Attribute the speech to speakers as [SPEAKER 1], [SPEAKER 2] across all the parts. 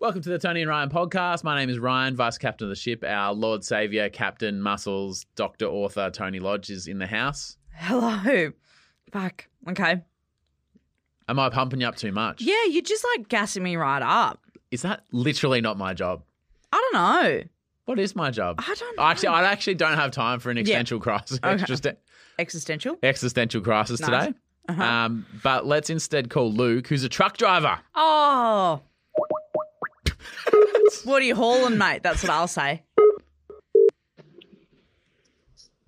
[SPEAKER 1] Welcome to the Tony and Ryan podcast. My name is Ryan, vice captain of the ship. Our Lord Savior, Captain Muscles, Doctor Author Tony Lodge is in the house.
[SPEAKER 2] Hello. Fuck. Okay.
[SPEAKER 1] Am I pumping you up too much?
[SPEAKER 2] Yeah, you're just like gassing me right up.
[SPEAKER 1] Is that literally not my job?
[SPEAKER 2] I don't know.
[SPEAKER 1] What is my job?
[SPEAKER 2] I don't know.
[SPEAKER 1] Actually, I actually don't have time for an existential crisis,
[SPEAKER 2] Okay.
[SPEAKER 1] existen-
[SPEAKER 2] Existential.
[SPEAKER 1] existential crisis
[SPEAKER 2] Nice. Uh-huh.
[SPEAKER 1] today. Um, but let's instead call Luke, who's a truck driver.
[SPEAKER 2] Oh. what are you hauling, mate? That's what I'll say.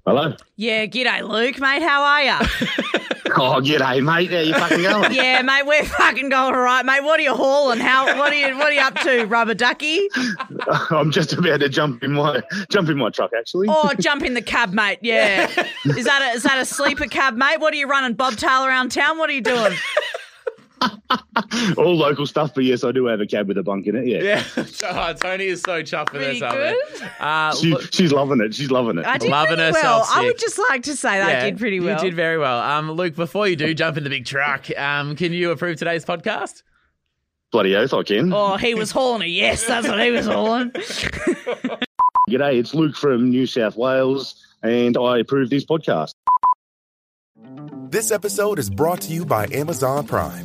[SPEAKER 3] Hello.
[SPEAKER 2] Yeah, g'day, Luke, mate. How are you?
[SPEAKER 3] Oh, g'day, mate. How you fucking going?
[SPEAKER 2] yeah, mate, we're fucking going all right, mate. What are you hauling? How? What are you? What are you up to, rubber ducky?
[SPEAKER 3] I'm just about to jump in my jump in my truck, actually.
[SPEAKER 2] Or Oh, jump in the cab, mate? Yeah. Is that a, is that a sleeper cab, mate? What are you running bobtail around town? What are you doing?
[SPEAKER 3] All local stuff, but yes, I do have a cab with a bunk in it. Yeah.
[SPEAKER 1] Yeah. Oh, Tony is so chuffed with
[SPEAKER 2] Pretty
[SPEAKER 1] herself.
[SPEAKER 2] good.
[SPEAKER 1] man. Uh,
[SPEAKER 3] She,
[SPEAKER 1] Lu-
[SPEAKER 3] she's loving it. She's loving it.
[SPEAKER 2] I did
[SPEAKER 1] Loving
[SPEAKER 2] pretty well.
[SPEAKER 1] herself
[SPEAKER 2] I would
[SPEAKER 1] sick.
[SPEAKER 2] just like to say that I
[SPEAKER 1] yeah,
[SPEAKER 2] did pretty well.
[SPEAKER 1] You did very well. Um, Luke, before you do jump in the big truck, um, can you approve today's podcast?
[SPEAKER 3] Bloody oath, I can.
[SPEAKER 2] Oh, he was hauling a yes. That's what he was hauling.
[SPEAKER 3] G'day, it's Luke from New South Wales, and I approve this podcast.
[SPEAKER 4] This episode is brought to you by Amazon Prime.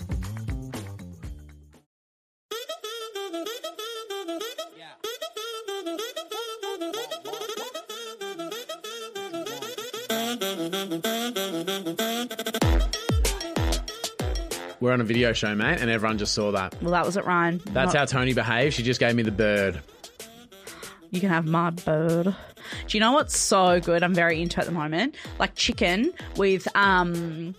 [SPEAKER 1] We're on a video show, mate, and everyone just saw that.
[SPEAKER 2] Well, that was it, Ryan.
[SPEAKER 1] That's
[SPEAKER 2] Not-
[SPEAKER 1] how Tony behaved. She just gave me the bird.
[SPEAKER 2] you can have my bird. Do you know what's so good? I'm very into at the moment, like chicken with um,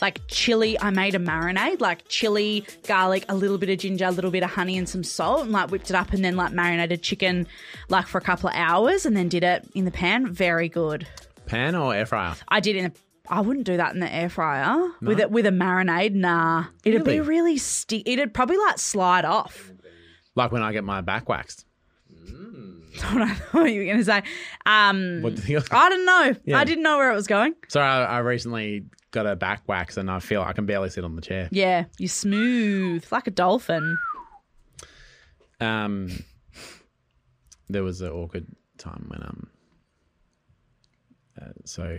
[SPEAKER 2] like chili. I made a marinade, like chili, garlic, a little bit of ginger, a little bit of honey, and some salt, and like whipped it up, and then like marinated chicken, like for a couple of hours, and then did it in the pan. Very good.
[SPEAKER 1] Pan or air fryer?
[SPEAKER 2] I did in. A, I wouldn't do that in the air fryer with it with a marinade. Nah, it'd
[SPEAKER 1] Really?
[SPEAKER 2] be really sticky. It'd probably like slide off.
[SPEAKER 1] Like when I get my back waxed.
[SPEAKER 2] what I thought you were going to say. Um,
[SPEAKER 1] What do you
[SPEAKER 2] I don't know.
[SPEAKER 1] Yeah.
[SPEAKER 2] I didn't know where it was going.
[SPEAKER 1] Sorry, I, I recently got a back wax and I feel I can barely sit on the chair.
[SPEAKER 2] Yeah, you're smooth like a dolphin.
[SPEAKER 1] Um, there was an awkward time when um, uh, so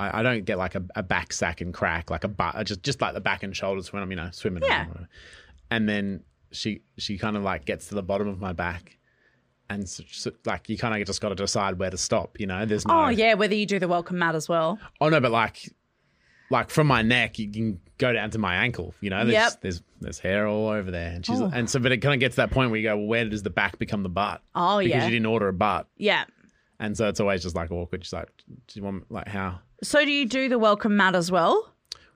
[SPEAKER 1] I, I don't get like a, a back sack and crack like a butt, I just just like the back and shoulders when I'm you know swimming.
[SPEAKER 2] Yeah.
[SPEAKER 1] Around, whatever. and then she she kind of like gets to the bottom of my back, and s s- like you kind of just got to decide where to stop. You know, there's no
[SPEAKER 2] Oh yeah, whether you do the welcome mat as well.
[SPEAKER 1] Oh no, but like, like from my neck, you can go down to my ankle. You know, there's
[SPEAKER 2] Yep.
[SPEAKER 1] there's there's hair all over there, and she's and so, but it kind of gets to that point where you go, well, where does the back become the butt?
[SPEAKER 2] Oh,
[SPEAKER 1] because
[SPEAKER 2] yeah.
[SPEAKER 1] you didn't order a butt,
[SPEAKER 2] Yeah.
[SPEAKER 1] and so it's always just like awkward. She's like, do you want like how?
[SPEAKER 2] So do you do the welcome mat as well?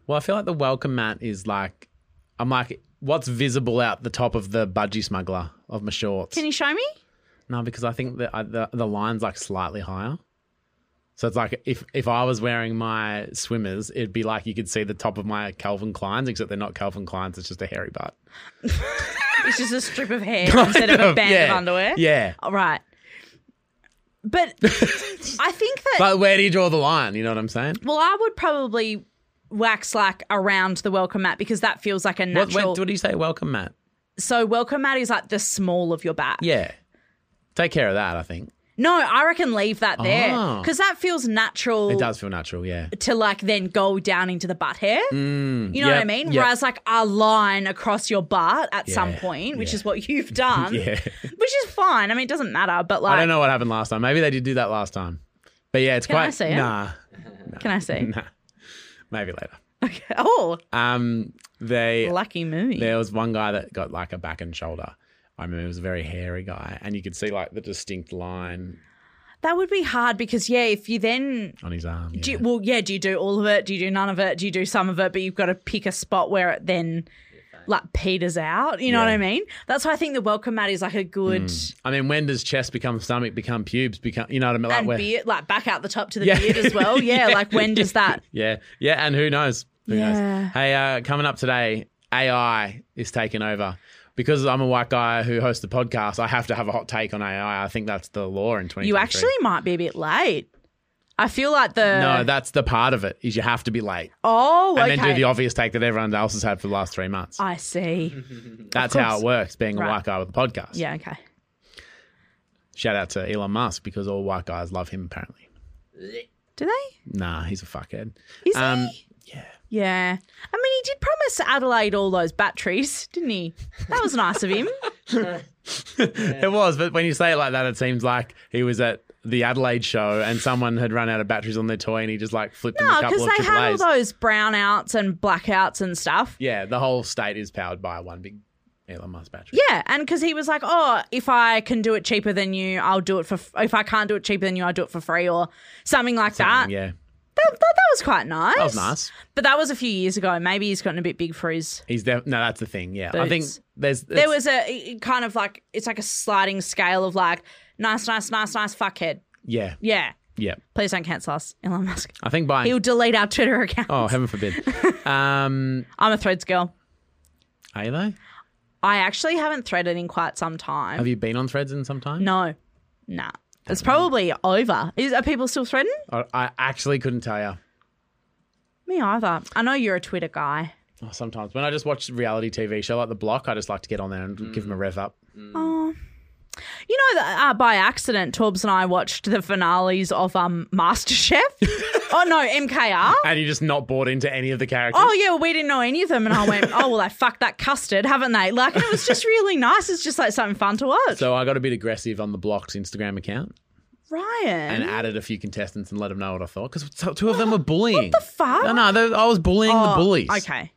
[SPEAKER 1] Well, I feel like the welcome mat is like, I'm like, what's visible out the top of the budgie smuggler of my shorts?
[SPEAKER 2] Can you show me?
[SPEAKER 1] no, because I think the, I- the the line's like slightly higher. So it's like if if I was wearing my swimmers, it'd be like you could see the top of my Calvin Kleins, except they're not Calvin Kleins. It's just a hairy butt
[SPEAKER 2] It's just a strip of hair instead of a band
[SPEAKER 1] Oh, yeah.
[SPEAKER 2] of underwear.
[SPEAKER 1] Yeah,
[SPEAKER 2] All right. But I think that
[SPEAKER 1] but where do you draw the line? You know what I'm saying?
[SPEAKER 2] well, I would probably wax like around the welcome mat because that feels like a
[SPEAKER 1] What,
[SPEAKER 2] natural.
[SPEAKER 1] when, what do you say? Welcome, Matt.
[SPEAKER 2] So welcome mat is like the small of your back.
[SPEAKER 1] Yeah, take care of that. I think
[SPEAKER 2] No, I reckon leave that there
[SPEAKER 1] Oh.
[SPEAKER 2] because that feels natural.
[SPEAKER 1] it does feel natural. Yeah,
[SPEAKER 2] To like then go down into the butt hair, you know
[SPEAKER 1] Mm,
[SPEAKER 2] what I
[SPEAKER 1] Yep.
[SPEAKER 2] mean.
[SPEAKER 1] Yep.
[SPEAKER 2] Whereas like a line across your butt at some
[SPEAKER 1] Yeah.
[SPEAKER 2] point, which
[SPEAKER 1] Yeah.
[SPEAKER 2] is what you've done,
[SPEAKER 1] yeah.
[SPEAKER 2] which is fine. I mean, it doesn't matter. But like,
[SPEAKER 1] I don't know what happened last time. Maybe they did do that last time. But yeah, it's
[SPEAKER 2] Can I
[SPEAKER 1] quite
[SPEAKER 2] see it?
[SPEAKER 1] nah,
[SPEAKER 2] Can I see?
[SPEAKER 1] nah. Maybe later.
[SPEAKER 2] Oh,
[SPEAKER 1] Um, they
[SPEAKER 2] lucky me.
[SPEAKER 1] There was one guy that got like a back and shoulder. I remember it was a very hairy guy, and you could see like the distinct line
[SPEAKER 2] That would be hard because yeah, if you then.
[SPEAKER 1] on his arm.
[SPEAKER 2] Do
[SPEAKER 1] yeah.
[SPEAKER 2] you, well, yeah. Do you do all of it? Do you do none of it? Do you do some of it? But you've got to pick a spot where it then, like, peters out. You know what
[SPEAKER 1] Yeah. Mm.
[SPEAKER 2] I mean? That's why I think the welcome mat is like a good.
[SPEAKER 1] I mean, when does chest become stomach, become pubes, become you know what I mean? Like
[SPEAKER 2] and
[SPEAKER 1] where-
[SPEAKER 2] beard, like back out the top to the
[SPEAKER 1] Yeah.
[SPEAKER 2] beard as well. Yeah, like when does that?
[SPEAKER 1] Yeah, yeah, and who knows? Who
[SPEAKER 2] Yeah.
[SPEAKER 1] knows? Hey, uh, coming up today, AI is taking over. Because I'm a white guy who hosts the podcast, I have to have a hot take on AI. I think that's the law in 2023.
[SPEAKER 2] You actually might be a bit late. I feel like the
[SPEAKER 1] No, that's the part of it is you have to be late
[SPEAKER 2] oh
[SPEAKER 1] and
[SPEAKER 2] okay.
[SPEAKER 1] then do the obvious take that everyone else has had for the last three months.
[SPEAKER 2] I see.
[SPEAKER 1] that's
[SPEAKER 2] of
[SPEAKER 1] how
[SPEAKER 2] course.
[SPEAKER 1] it works being
[SPEAKER 2] Right.
[SPEAKER 1] a white guy with a podcast.
[SPEAKER 2] Yeah, okay.
[SPEAKER 1] Shout out to Elon Musk because all white guys love him apparently.
[SPEAKER 2] Do they?
[SPEAKER 1] Nah, he's a fuckhead.
[SPEAKER 2] Is
[SPEAKER 1] Um,
[SPEAKER 2] he? Yeah. I mean, he did promise Adelaide all those batteries, didn't he? That was nice of him.
[SPEAKER 1] It was, but when you say it like that, it seems like he was at the Adelaide show and someone had run out of batteries on their toy and he just like flipped them
[SPEAKER 2] No,
[SPEAKER 1] a
[SPEAKER 2] because
[SPEAKER 1] couple of
[SPEAKER 2] they
[SPEAKER 1] triple
[SPEAKER 2] had all
[SPEAKER 1] A's.
[SPEAKER 2] those brownouts and blackouts and stuff.
[SPEAKER 1] yeah, the whole state is powered by one big Elon Musk battery.
[SPEAKER 2] Yeah, and because he was like, "Oh, if I can do it cheaper than you, I'll do it for. F- if I can't do it cheaper than you, I'll do it for free, or something like that."
[SPEAKER 1] yeah.
[SPEAKER 2] That, that, that was quite nice.
[SPEAKER 1] That was nice.
[SPEAKER 2] but that was a few years ago. Maybe he's gotten a bit big for his.
[SPEAKER 1] He's def- no, that's the thing. Yeah, I think
[SPEAKER 2] Boots.
[SPEAKER 1] there's
[SPEAKER 2] There
[SPEAKER 1] it's-
[SPEAKER 2] was a it kind of like it's like a sliding scale of like nice, nice, nice, nice, fuckhead.
[SPEAKER 1] yeah,
[SPEAKER 2] Yeah,
[SPEAKER 1] yeah.
[SPEAKER 2] please don't cancel us, Elon Musk.
[SPEAKER 1] I think buying.
[SPEAKER 2] He'll delete our Twitter account.
[SPEAKER 1] oh, heaven forbid. um,
[SPEAKER 2] I'm a Threads girl.
[SPEAKER 1] are you though?
[SPEAKER 2] I actually haven't threaded in quite some time.
[SPEAKER 1] Have you been on Threads in some time?
[SPEAKER 2] No, nah. It's probably over. Is, are people still threading?
[SPEAKER 1] I, I actually couldn't tell you.
[SPEAKER 2] Me either. I know you're a Twitter guy.
[SPEAKER 1] Oh, sometimes when I just watch reality TV show like The Block, I just like to get on there and give them
[SPEAKER 2] Mm.
[SPEAKER 1] a rev up.
[SPEAKER 2] You know that uh, by accident, Torbs and I watched the finales of um MasterChef. oh no, MKR.
[SPEAKER 1] And you're just not bought into any of the characters.
[SPEAKER 2] Oh yeah, well, we didn't know any of them, and I went, oh well, they fucked that custard, haven't they? Like, and it was just really nice. It's just like something fun to watch.
[SPEAKER 1] So I got a bit aggressive on the blocked Instagram account
[SPEAKER 2] Ryan,
[SPEAKER 1] and added a few contestants and let them know what I thought because two of them were bullying. What the
[SPEAKER 2] fuck?
[SPEAKER 1] No, no, they- I was bullying the bullies.
[SPEAKER 2] Oh, Okay,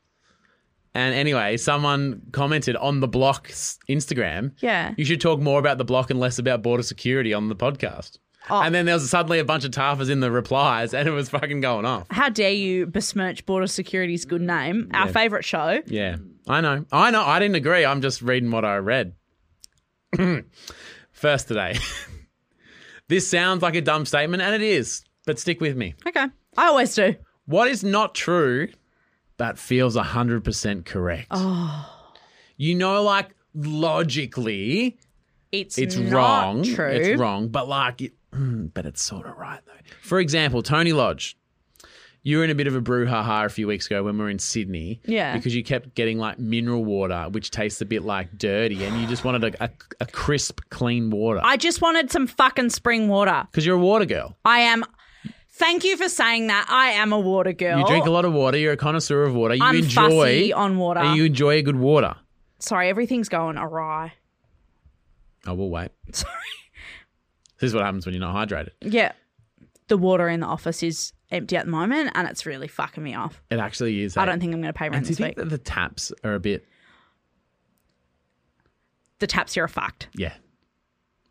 [SPEAKER 1] And anyway, someone commented on the block's Instagram.
[SPEAKER 2] Yeah.
[SPEAKER 1] You should talk more about the block and less about border security on the podcast.
[SPEAKER 2] Oh.
[SPEAKER 1] And then there was suddenly a bunch of taffers in the replies, and it was fucking going off.
[SPEAKER 2] how dare you besmirch border security's good name, our favourite show?
[SPEAKER 1] Yeah, I know. I know. I didn't agree. I'm just reading what I read. First today. this sounds like a dumb statement, and it is, but stick with me.
[SPEAKER 2] Okay, I always do.
[SPEAKER 1] What is not true that feels 100% correct? You know, like logically,
[SPEAKER 2] It's
[SPEAKER 1] it's
[SPEAKER 2] not
[SPEAKER 1] wrong.
[SPEAKER 2] True.
[SPEAKER 1] It's wrong, but like, it, mm, but it's sort of right though. For example, Tony Lodge, you were in a bit of a brouhaha a few weeks ago when we were in Sydney,
[SPEAKER 2] Yeah.
[SPEAKER 1] because you kept getting like mineral water, which tastes a bit like dirty, and you just wanted a, a, a crisp, clean water
[SPEAKER 2] I just wanted some fucking spring water.
[SPEAKER 1] because you're a water girl.
[SPEAKER 2] I am. Thank you for saying that. I am a water girl.
[SPEAKER 1] You drink a lot of water. You're a connoisseur of water. You
[SPEAKER 2] I'm
[SPEAKER 1] enjoy
[SPEAKER 2] fussy on water.
[SPEAKER 1] and you enjoy a good water.
[SPEAKER 2] Sorry, everything's going awry.
[SPEAKER 1] Oh, we'll wait.
[SPEAKER 2] Sorry.
[SPEAKER 1] This is what happens when you're not hydrated.
[SPEAKER 2] Yeah. The water in the office is empty at the moment and it's really fucking me off.
[SPEAKER 1] It actually is.
[SPEAKER 2] I
[SPEAKER 1] eh?
[SPEAKER 2] don't think I'm going to pay
[SPEAKER 1] And
[SPEAKER 2] rent
[SPEAKER 1] do you
[SPEAKER 2] this
[SPEAKER 1] think
[SPEAKER 2] week.
[SPEAKER 1] that the taps are a bit?
[SPEAKER 2] The taps here are fucked.
[SPEAKER 1] Yeah.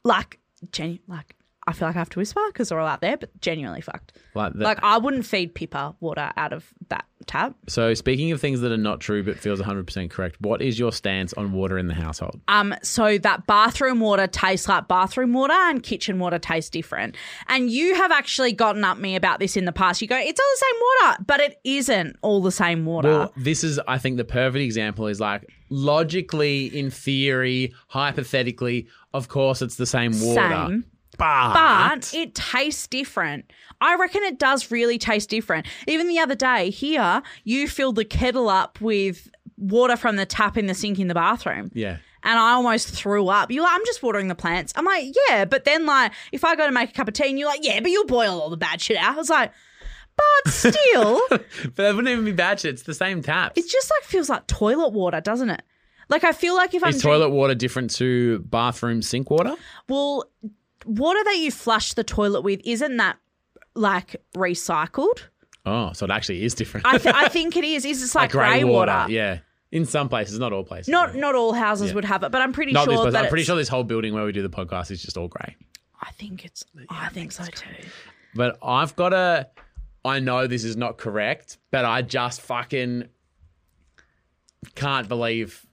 [SPEAKER 2] Like, genu- like I feel like I have to whisper because they're all out there, but genuinely fucked.
[SPEAKER 1] Like, the,
[SPEAKER 2] Like, I wouldn't feed Pippa water out of that tap.
[SPEAKER 1] So, speaking of things that are not true but feels 100% correct, what is your stance on water in the household?
[SPEAKER 2] Um, so that bathroom water tastes like bathroom water and kitchen water tastes different. And you have actually gotten up me about this in the past. You go, it's all the same water, but it isn't all the same water.
[SPEAKER 1] Well, Uh, this is, I think, the perfect example is like logically, in theory, hypothetically, of course, it's the same water.
[SPEAKER 2] Same.
[SPEAKER 1] But,
[SPEAKER 2] but it tastes different. I reckon it does really taste different. Even the other day here, you filled the kettle up with water from the tap in the sink in the bathroom.
[SPEAKER 1] yeah.
[SPEAKER 2] And I almost threw up. You're like, I'm just watering the plants. I'm like, yeah, but then like if I go to make a cup of tea and you're like, yeah, but you'll boil all the bad shit out. I was like, but still,
[SPEAKER 1] But that wouldn't even be bad shit. It's the same taps.
[SPEAKER 2] it just like feels like toilet water, doesn't it? Like I feel like if I'm
[SPEAKER 1] Is
[SPEAKER 2] drink-
[SPEAKER 1] toilet water different to bathroom sink water?
[SPEAKER 2] well, water that you flush the toilet with isn't that like recycled?
[SPEAKER 1] Oh, so it actually is different.
[SPEAKER 2] I, th- I think it is. Is it's like, grey
[SPEAKER 1] grey
[SPEAKER 2] water?
[SPEAKER 1] Yeah. In some places, not all places.
[SPEAKER 2] Not not all houses would have it, but I'm pretty
[SPEAKER 1] Not
[SPEAKER 2] sure
[SPEAKER 1] this place.
[SPEAKER 2] that
[SPEAKER 1] I'm pretty
[SPEAKER 2] it's-
[SPEAKER 1] sure this whole building where we do the podcast is just all grey.
[SPEAKER 2] I think it's. I think so too.
[SPEAKER 1] But I've got to. I know this is not correct, but I just fucking can't believe.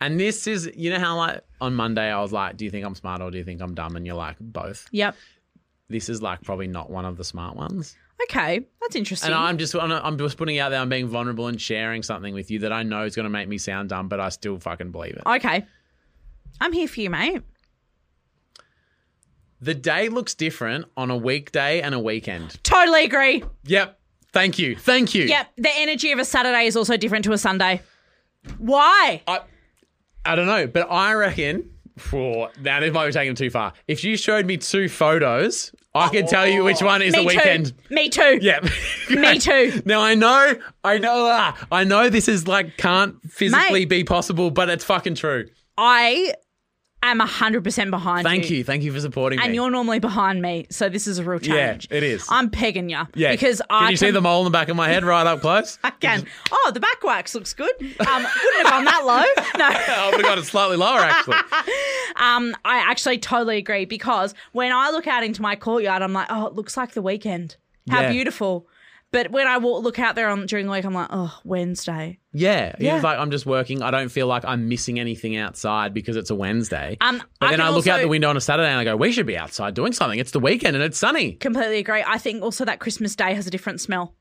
[SPEAKER 1] And this is, you know how like on Monday I was like, "Do you think I'm smart or do you think I'm dumb?" And you're like, "Both."
[SPEAKER 2] Yep.
[SPEAKER 1] This is like probably not one of the smart ones.
[SPEAKER 2] Okay, that's interesting.
[SPEAKER 1] And I'm just I'm, I'm just putting it out there I'm being vulnerable and sharing something with you that I know is going to make me sound dumb, but I still fucking believe it.
[SPEAKER 2] okay, I'm here for you, mate.
[SPEAKER 1] The day looks different on a weekday and a weekend.
[SPEAKER 2] Totally agree.
[SPEAKER 1] Yep. Thank you. Thank you.
[SPEAKER 2] Yep, the energy of a Saturday is also different to a Sunday. Why?
[SPEAKER 1] I I don't know, but I reckon Phew, now this might be taking it too far. If you showed me two photos, I could tell you which one is
[SPEAKER 2] Me
[SPEAKER 1] the
[SPEAKER 2] too.
[SPEAKER 1] weekend.
[SPEAKER 2] Me too.
[SPEAKER 1] Yep.
[SPEAKER 2] Me too.
[SPEAKER 1] Now I know, I know, ah, I know this is like can't physically
[SPEAKER 2] Mate.
[SPEAKER 1] be possible, but it's fucking true.
[SPEAKER 2] I am 100% behind
[SPEAKER 1] Thank you, thank you for supporting
[SPEAKER 2] And
[SPEAKER 1] me.
[SPEAKER 2] you're normally behind me, so this is a real challenge.
[SPEAKER 1] it is.
[SPEAKER 2] I'm pegging you.
[SPEAKER 1] yeah,
[SPEAKER 2] Because
[SPEAKER 1] can
[SPEAKER 2] I
[SPEAKER 1] you see the mole in the back of my head right up close?
[SPEAKER 2] I can. Oh, the back wax looks good. Um, wouldn't have gone that low. No.
[SPEAKER 1] oh my god, it's slightly lower actually.
[SPEAKER 2] Um, I actually totally agree because when I look out into my courtyard, I'm like, oh, it looks like the weekend. How
[SPEAKER 1] Yeah.
[SPEAKER 2] beautiful. But when I walk, look out there on during the week, I'm like, oh, Wednesday.
[SPEAKER 1] Yeah,
[SPEAKER 2] Yeah.
[SPEAKER 1] it's like I'm just working. I don't feel like I'm missing anything outside because it's a Wednesday.
[SPEAKER 2] Um,
[SPEAKER 1] but
[SPEAKER 2] I
[SPEAKER 1] then
[SPEAKER 2] can
[SPEAKER 1] I look out
[SPEAKER 2] also-
[SPEAKER 1] the window on a Saturday and I go, we should be outside doing something. It's the weekend and it's sunny.
[SPEAKER 2] Completely agree. I think also that Christmas Day has a different smell.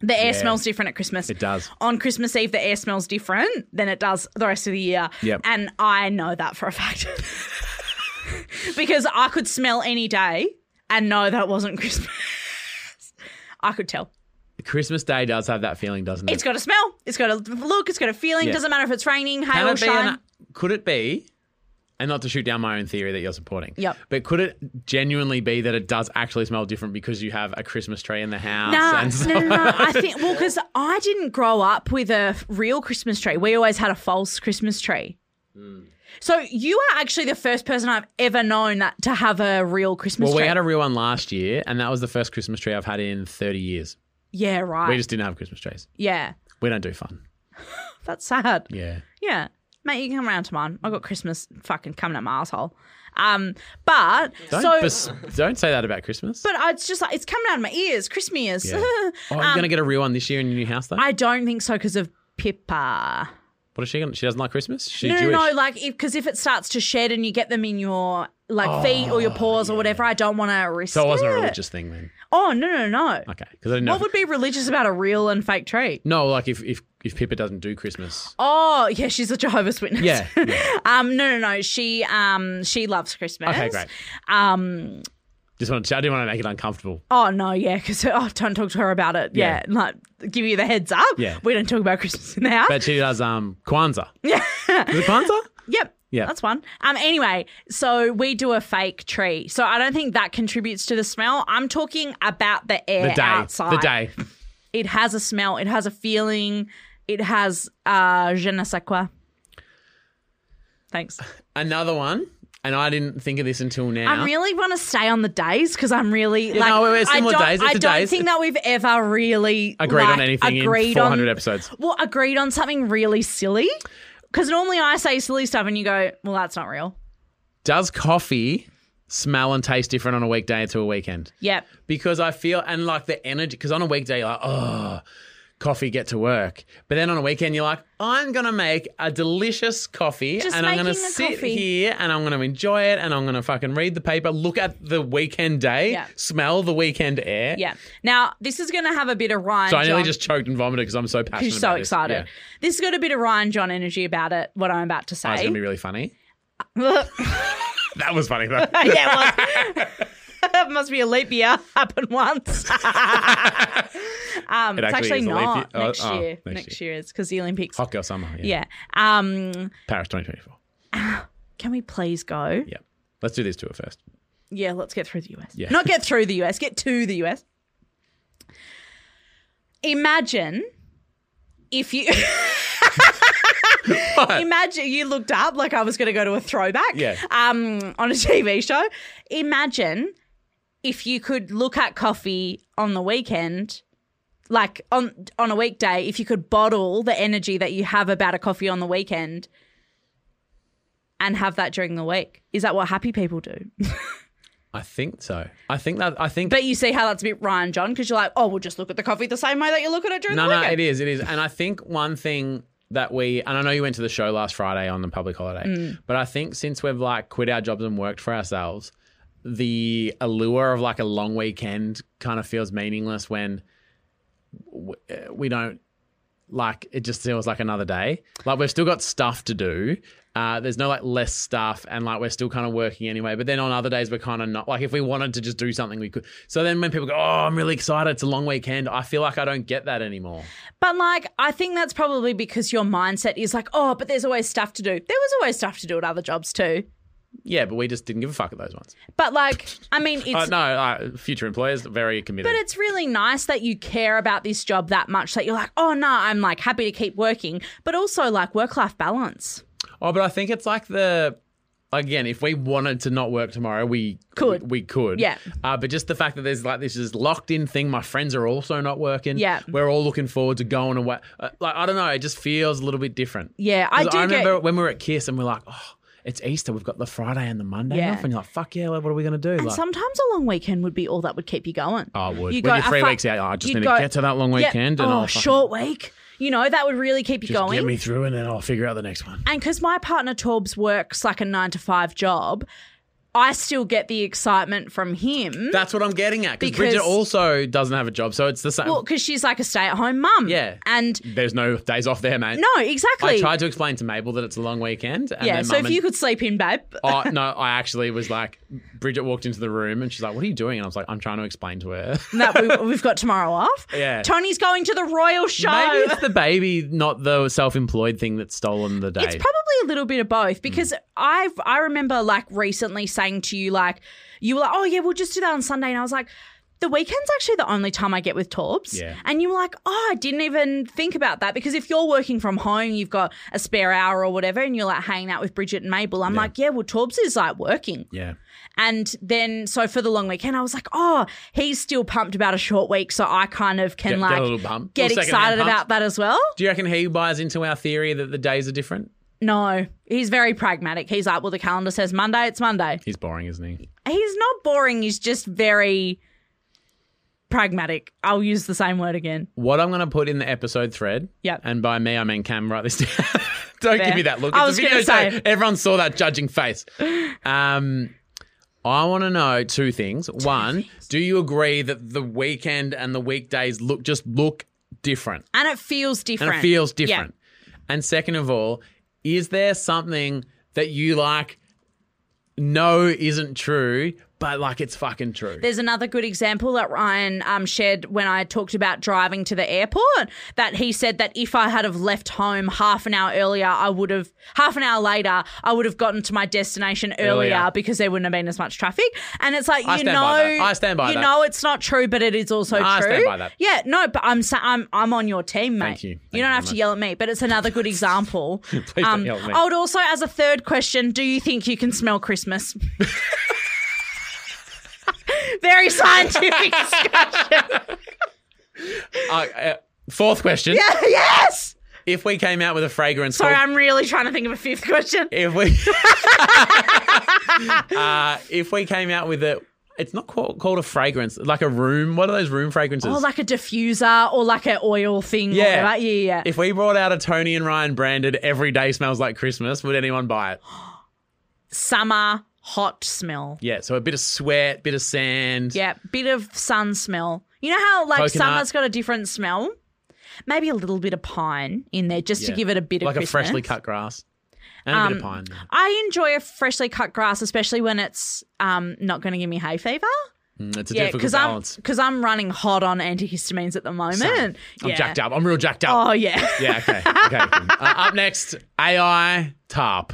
[SPEAKER 2] The air
[SPEAKER 1] Yeah.
[SPEAKER 2] smells different at Christmas.
[SPEAKER 1] It does.
[SPEAKER 2] On Christmas Eve, the air smells different than it does the rest of the year.
[SPEAKER 1] Yep.
[SPEAKER 2] And I know that for a fact. because I could smell any day and know that it wasn't Christmas. I could tell.
[SPEAKER 1] Christmas Day does have that feeling, doesn't
[SPEAKER 2] It's
[SPEAKER 1] it?
[SPEAKER 2] got a smell. It's got a look. It's got a feeling.
[SPEAKER 1] Yeah.
[SPEAKER 2] Doesn't matter if it's raining, hail,
[SPEAKER 1] Can
[SPEAKER 2] or
[SPEAKER 1] it be an-
[SPEAKER 2] shine.
[SPEAKER 1] could it be, and not to shoot down my own theory that you're supporting,
[SPEAKER 2] Yep.
[SPEAKER 1] but could it genuinely be that it does actually smell different because you have a Christmas tree in the house?
[SPEAKER 2] Nah,
[SPEAKER 1] and so-
[SPEAKER 2] no, no, no. I think well, because I didn't grow up with a real Christmas tree. We always had a false Christmas tree.
[SPEAKER 1] Hmm.
[SPEAKER 2] So you are actually the first person I've ever known that to have a real Christmas
[SPEAKER 1] Well, we
[SPEAKER 2] tree.
[SPEAKER 1] had a real one last year, and that was the first Christmas tree I've had in 30 years.
[SPEAKER 2] yeah, right.
[SPEAKER 1] We just didn't have Christmas trees.
[SPEAKER 2] yeah,
[SPEAKER 1] We don't do fun.
[SPEAKER 2] that's sad.
[SPEAKER 1] Yeah.
[SPEAKER 2] Yeah, mate, you can come round to mine. I got Christmas fucking coming at my asshole. Um, but
[SPEAKER 1] Don't,
[SPEAKER 2] so.
[SPEAKER 1] bes- don't say that about Christmas.
[SPEAKER 2] but I- it's just like it's coming out of my ears, Christmas ears.
[SPEAKER 1] Yeah. Oh, are you going to get a real one this year in your new house, though?
[SPEAKER 2] Um, I don't think so because of Pippa.
[SPEAKER 1] what is she going to? She doesn't like Christmas? She's
[SPEAKER 2] no,
[SPEAKER 1] Jewish.
[SPEAKER 2] no, no, like because if, it starts to shed and you get them in your like feet or your paws or whatever, I don't want to risk.
[SPEAKER 1] Oh, so it wasn't
[SPEAKER 2] it.
[SPEAKER 1] a religious thing then.
[SPEAKER 2] Oh no, no, no.
[SPEAKER 1] Okay. Because I didn't know.
[SPEAKER 2] What
[SPEAKER 1] if-
[SPEAKER 2] would be religious about a real and fake tree?
[SPEAKER 1] no, like if, if, if Pippa doesn't do Christmas.
[SPEAKER 2] Oh yeah, she's a Jehovah's Witness.
[SPEAKER 1] Yeah. yeah.
[SPEAKER 2] Um, no, no, no. She um she loves Christmas.
[SPEAKER 1] Okay, great.
[SPEAKER 2] Um.
[SPEAKER 1] Just want to, I didn't want to make it uncomfortable.
[SPEAKER 2] Oh no, yeah. Because oh, don't talk to her about it. Yeah.
[SPEAKER 1] Yeah.
[SPEAKER 2] Like, give you the heads up.
[SPEAKER 1] Yeah.
[SPEAKER 2] We don't talk about Christmas in the house.
[SPEAKER 1] But she does um Kwanzaa. Yeah. Is it Kwanzaa?
[SPEAKER 2] Yep.
[SPEAKER 1] Yeah.
[SPEAKER 2] That's one. Um anyway, so we do a fake tree. So I don't think that contributes to the smell. I'm talking about the air
[SPEAKER 1] The day.
[SPEAKER 2] outside.
[SPEAKER 1] The day.
[SPEAKER 2] It has a smell, it has a feeling, it has uh je ne sais quoi. Thanks.
[SPEAKER 1] Another one. And I didn't think of this until now.
[SPEAKER 2] I really want to stay on the days because I'm really like
[SPEAKER 1] no, it's
[SPEAKER 2] I
[SPEAKER 1] similar
[SPEAKER 2] don't,
[SPEAKER 1] days. It's
[SPEAKER 2] I
[SPEAKER 1] the
[SPEAKER 2] don't
[SPEAKER 1] days.
[SPEAKER 2] think that we've ever really
[SPEAKER 1] agreed
[SPEAKER 2] like,
[SPEAKER 1] on anything in
[SPEAKER 2] agreed
[SPEAKER 1] 400
[SPEAKER 2] on,
[SPEAKER 1] episodes.
[SPEAKER 2] Well, agreed on something really silly. Because normally I say silly stuff and you go, well, that's not real.
[SPEAKER 1] Does coffee smell and taste different on a weekday to a weekend?
[SPEAKER 2] Yep.
[SPEAKER 1] because I feel and like the energy because on a weekday you're like oh coffee get to work but then on a weekend you're like I'm gonna make a delicious coffee
[SPEAKER 2] Just
[SPEAKER 1] and I'm gonna
[SPEAKER 2] making a
[SPEAKER 1] sit
[SPEAKER 2] coffee.
[SPEAKER 1] here and I'm gonna enjoy it and I'm gonna fucking read the paper look at the weekend day
[SPEAKER 2] Yeah.
[SPEAKER 1] smell the weekend air
[SPEAKER 2] Yeah. Now this is going to have a bit of Ryan.
[SPEAKER 1] so I nearly
[SPEAKER 2] John,
[SPEAKER 1] just choked and vomited because I'm so passionate
[SPEAKER 2] who's so
[SPEAKER 1] about this.
[SPEAKER 2] excited.
[SPEAKER 1] Yeah.
[SPEAKER 2] This has got a bit of Ryan John energy about it. What I'm about to
[SPEAKER 1] that's
[SPEAKER 2] say.
[SPEAKER 1] gonna be really funny that was funny though
[SPEAKER 2] yeah, it was. Must be a leap year. Happened once. um,
[SPEAKER 1] It
[SPEAKER 2] it's
[SPEAKER 1] actually
[SPEAKER 2] actually
[SPEAKER 1] is a leap year.
[SPEAKER 2] not
[SPEAKER 1] Oh,
[SPEAKER 2] next
[SPEAKER 1] oh,
[SPEAKER 2] year.
[SPEAKER 1] next
[SPEAKER 2] Next year is because the Olympics.
[SPEAKER 1] hot girl summer yeah,
[SPEAKER 2] Yeah. Um,
[SPEAKER 1] Paris 2024
[SPEAKER 2] can we please go?
[SPEAKER 1] yeah let's do these two at first
[SPEAKER 2] Yeah, let's get through the US.
[SPEAKER 1] Yeah.
[SPEAKER 2] Not get through the US, get to the US. Imagine if you Imagine you looked up like I was going to go to a throwback
[SPEAKER 1] Yeah.
[SPEAKER 2] um on a TV show. Imagine if you could look at coffee on the weekend like on on a weekday if you could bottle the energy that you have about a coffee on the weekend and have that during the week. Is that what happy people do?
[SPEAKER 1] I think so I think that I think
[SPEAKER 2] But you see how that's a bit Ryan John because you're like, oh, we'll just look at the coffee the same way that you look at it during
[SPEAKER 1] No,
[SPEAKER 2] the
[SPEAKER 1] no,
[SPEAKER 2] weekend.
[SPEAKER 1] it is, it is. And I think one thing that we, and I know you went to the show last Friday on the public holiday, but I think since we've like quit our jobs and worked for ourselves, the allure of like a long weekend kind of feels meaningless when w- uh, we don't like it just feels like another day like we've still got stuff to do uh, there's no like less stuff and like we're still kind of working anyway but then on other days we're kind of not like if we wanted to just do something we could so then when people go oh i'm really excited it's a long weekend i feel like i don't get that anymore
[SPEAKER 2] But like, I think that's probably because your mindset is like, oh, but there's always stuff to do. There was always stuff to do at other jobs too.
[SPEAKER 1] yeah but we just didn't give a fuck at those ones
[SPEAKER 2] But like, I mean, it's
[SPEAKER 1] uh, no uh, future employers very committed
[SPEAKER 2] But it's really nice that you care about this job that much that you're like, oh no, I'm like happy to keep working, but also like work life balance.
[SPEAKER 1] Oh, but I think it's like the again, if we wanted to not work tomorrow, we
[SPEAKER 2] Could.
[SPEAKER 1] we, we could.
[SPEAKER 2] Yeah.
[SPEAKER 1] Uh, but just the fact that there's like this is locked in thing. My friends are also not working.
[SPEAKER 2] Yeah.
[SPEAKER 1] We're all looking forward to going away. Uh, like I don't know, it just feels a little bit different.
[SPEAKER 2] Yeah, I
[SPEAKER 1] 'Cause
[SPEAKER 2] do
[SPEAKER 1] I remember
[SPEAKER 2] get-
[SPEAKER 1] when we were at Kiss and we're like, oh, it's Easter. We've got the Friday and the Monday
[SPEAKER 2] Yeah.
[SPEAKER 1] off, and you're like, fuck yeah, like, what are we gonna do?
[SPEAKER 2] And
[SPEAKER 1] like,
[SPEAKER 2] sometimes a long weekend would be all that would keep you going.
[SPEAKER 1] Oh, it would.
[SPEAKER 2] You
[SPEAKER 1] When
[SPEAKER 2] go,
[SPEAKER 1] you're three
[SPEAKER 2] "Ah, fuck,"
[SPEAKER 1] weeks out, "Oh, I just
[SPEAKER 2] you'd
[SPEAKER 1] need to
[SPEAKER 2] go,
[SPEAKER 1] get to that long
[SPEAKER 2] "Yeah,
[SPEAKER 1] weekend and
[SPEAKER 2] oh,
[SPEAKER 1] I'll fucking-
[SPEAKER 2] short week. You know, that would really keep you
[SPEAKER 1] just
[SPEAKER 2] going.
[SPEAKER 1] get me through, and then I'll figure out the next one.
[SPEAKER 2] and because my partner Torbs works like a nine to five job, I still get the excitement from him.
[SPEAKER 1] That's what I'm getting at because
[SPEAKER 2] Because-
[SPEAKER 1] Bridget also doesn't have a job, so it's the same.
[SPEAKER 2] well, because she's like a stay at home mum.
[SPEAKER 1] Yeah.
[SPEAKER 2] And
[SPEAKER 1] There's no days off there, mate.
[SPEAKER 2] no, exactly.
[SPEAKER 1] I tried to explain to Mabel that it's a long weekend. And
[SPEAKER 2] yeah.
[SPEAKER 1] then
[SPEAKER 2] So
[SPEAKER 1] mum
[SPEAKER 2] if you
[SPEAKER 1] and-
[SPEAKER 2] could sleep in, babe.
[SPEAKER 1] Oh, no, I actually was like, Bridget walked into the room and she's like, What are you doing? And I was like, I'm trying to explain to her.
[SPEAKER 2] that we, we've got tomorrow off.
[SPEAKER 1] Yeah.
[SPEAKER 2] Tony's going to the royal show.
[SPEAKER 1] Maybe it's the baby, not the self employed thing that's stolen the day.
[SPEAKER 2] It's probably a little bit of both because I I remember like recently saying to you like you were like oh yeah we'll just do that on Sunday and I was like the weekend's actually the only time I get with Torbs
[SPEAKER 1] Yeah.
[SPEAKER 2] and you were like oh I didn't even think about that because if you're working from home you've got a spare hour or whatever and you're like hanging out with Bridget and Mabel I'm like yeah well Torbs is like working
[SPEAKER 1] yeah.
[SPEAKER 2] and then so for the long weekend I was like oh he's still pumped about a short week so I kind of can
[SPEAKER 1] Get- get
[SPEAKER 2] like
[SPEAKER 1] a little pumped.
[SPEAKER 2] get
[SPEAKER 1] Little secondhand
[SPEAKER 2] excited
[SPEAKER 1] pumped.
[SPEAKER 2] about that as well
[SPEAKER 1] Do you reckon he buys into our theory that the days are different?
[SPEAKER 2] No, he's very pragmatic. He's like, well, the calendar says Monday, it's Monday.
[SPEAKER 1] He's boring, isn't he?
[SPEAKER 2] He's not boring, he's just very pragmatic. I'll use the same word again.
[SPEAKER 1] What I'm going to put in the episode thread,
[SPEAKER 2] Yep.
[SPEAKER 1] and by me, I mean Cam, write this down. Don't
[SPEAKER 2] Fair.
[SPEAKER 1] give me that look.
[SPEAKER 2] I
[SPEAKER 1] It's
[SPEAKER 2] was
[SPEAKER 1] a video,
[SPEAKER 2] gonna say.
[SPEAKER 1] so everyone saw that judging face. Um, I want to know two things. One, do you agree that the weekend and the weekdays look just look different
[SPEAKER 2] And it feels
[SPEAKER 1] and
[SPEAKER 2] different.
[SPEAKER 1] it feels
[SPEAKER 2] Yeah.
[SPEAKER 1] different? And second of all, is there something that you like know isn't true, but like it's fucking true?
[SPEAKER 2] There's another good example that Ryan um, shared when I talked about driving to the airport. That he said that if I had have left home half an hour earlier, I would have half an hour later, I would have gotten to my destination earlier,
[SPEAKER 1] Earlier.
[SPEAKER 2] because there wouldn't have been as much traffic. And it's like
[SPEAKER 1] I
[SPEAKER 2] you
[SPEAKER 1] stand
[SPEAKER 2] know,
[SPEAKER 1] by that. I stand by
[SPEAKER 2] you
[SPEAKER 1] that.
[SPEAKER 2] know, it's not true, but it is also
[SPEAKER 1] I
[SPEAKER 2] true.
[SPEAKER 1] stand by that.
[SPEAKER 2] Yeah, no, but I'm sa- I'm I'm on your team, mate.
[SPEAKER 1] Thank you. Thank
[SPEAKER 2] you
[SPEAKER 1] you
[SPEAKER 2] don't have
[SPEAKER 1] very
[SPEAKER 2] to
[SPEAKER 1] much.
[SPEAKER 2] yell at me, but it's another good example. Um,
[SPEAKER 1] Please don't yell at me.
[SPEAKER 2] I would also, as a third question, do you think you can smell Christmas? Very scientific discussion.
[SPEAKER 1] Uh, uh, fourth question.
[SPEAKER 2] yes.
[SPEAKER 1] If we came out with a fragrance
[SPEAKER 2] Sorry,
[SPEAKER 1] called
[SPEAKER 2] I'm really trying to think of a fifth question.
[SPEAKER 1] if we uh, if we came out with a it's not called, called a fragrance like a room what are those room fragrances
[SPEAKER 2] Or Oh, like a diffuser, or like an oil thing. or
[SPEAKER 1] Yeah.
[SPEAKER 2] whatever. yeah, yeah.
[SPEAKER 1] if we brought out a tony and ryan branded every day smells like christmas would anyone buy it
[SPEAKER 2] Summer hot smell.
[SPEAKER 1] yeah so a bit of sweat bit of sand
[SPEAKER 2] Yeah, bit of sun smell. You know how like
[SPEAKER 1] Coconut.
[SPEAKER 2] summer's got a different smell. Maybe a little bit of pine in there just to
[SPEAKER 1] Yeah.
[SPEAKER 2] give it a bit of
[SPEAKER 1] like a
[SPEAKER 2] Christmas. Um,
[SPEAKER 1] freshly cut grass and a bit of pine
[SPEAKER 2] I enjoy a freshly cut grass, especially when it's um, not going to give me hay fever.
[SPEAKER 1] Mm, it's a
[SPEAKER 2] Yeah,
[SPEAKER 1] difficult
[SPEAKER 2] because I'm
[SPEAKER 1] balance
[SPEAKER 2] because I'm running hot on antihistamines at the moment.
[SPEAKER 1] Same. i'm
[SPEAKER 2] yeah.
[SPEAKER 1] jacked up i'm real jacked up
[SPEAKER 2] Oh yeah,
[SPEAKER 1] yeah okay okay uh, up next ai tarp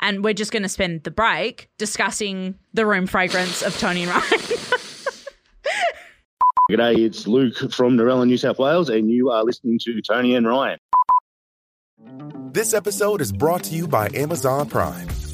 [SPEAKER 2] and we're just going to spend the break discussing the room fragrance of Tony and Ryan.
[SPEAKER 3] G'day, it's Luke from Norella, New South Wales, and you are listening to Tony and Ryan.
[SPEAKER 4] This episode is brought to you by Amazon Prime.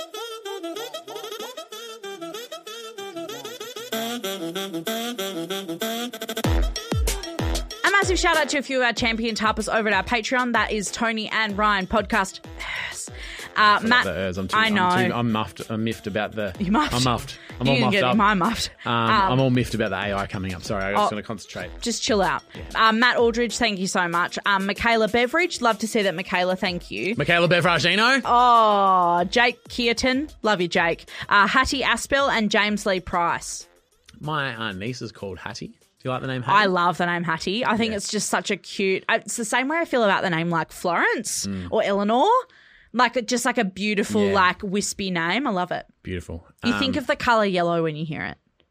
[SPEAKER 2] Am Massive shout out to a few of our champion tappers over at our Patreon. That is Tony and Ryan podcast. Yes. Uh, Matt,
[SPEAKER 1] the ers. I'm too,
[SPEAKER 2] I know.
[SPEAKER 1] I'm, too, I'm muffed. I'm miffed about the.
[SPEAKER 2] You muffed?
[SPEAKER 1] I'm muffed. I'm
[SPEAKER 2] you
[SPEAKER 1] all
[SPEAKER 2] can
[SPEAKER 1] muffed
[SPEAKER 2] get
[SPEAKER 1] up.
[SPEAKER 2] my muffed.
[SPEAKER 1] um, I'm all miffed about the AI coming up. Sorry, I was
[SPEAKER 2] Oh.
[SPEAKER 1] going to concentrate.
[SPEAKER 2] just chill out. Um, Matt Aldridge, thank you so much. Um, Michaela Beveridge, love to see that, Michaela. Thank you.
[SPEAKER 1] Michaela Bevragino.
[SPEAKER 2] Oh, Jake Keaton, love you, Jake. Uh, Hattie Aspel and James Lee Price.
[SPEAKER 1] My uh, niece is called Hattie. Do you like the name Hattie?
[SPEAKER 2] I love the name Hattie. I think it's just such a cute. I- It's the same way I feel about the name like Florence or Eleanor. Like it- just like a beautiful,
[SPEAKER 1] Mm. Yeah. Um,
[SPEAKER 2] like wispy name. I love it.
[SPEAKER 1] Beautiful.
[SPEAKER 2] You think of the color yellow when you hear it.
[SPEAKER 1] Um,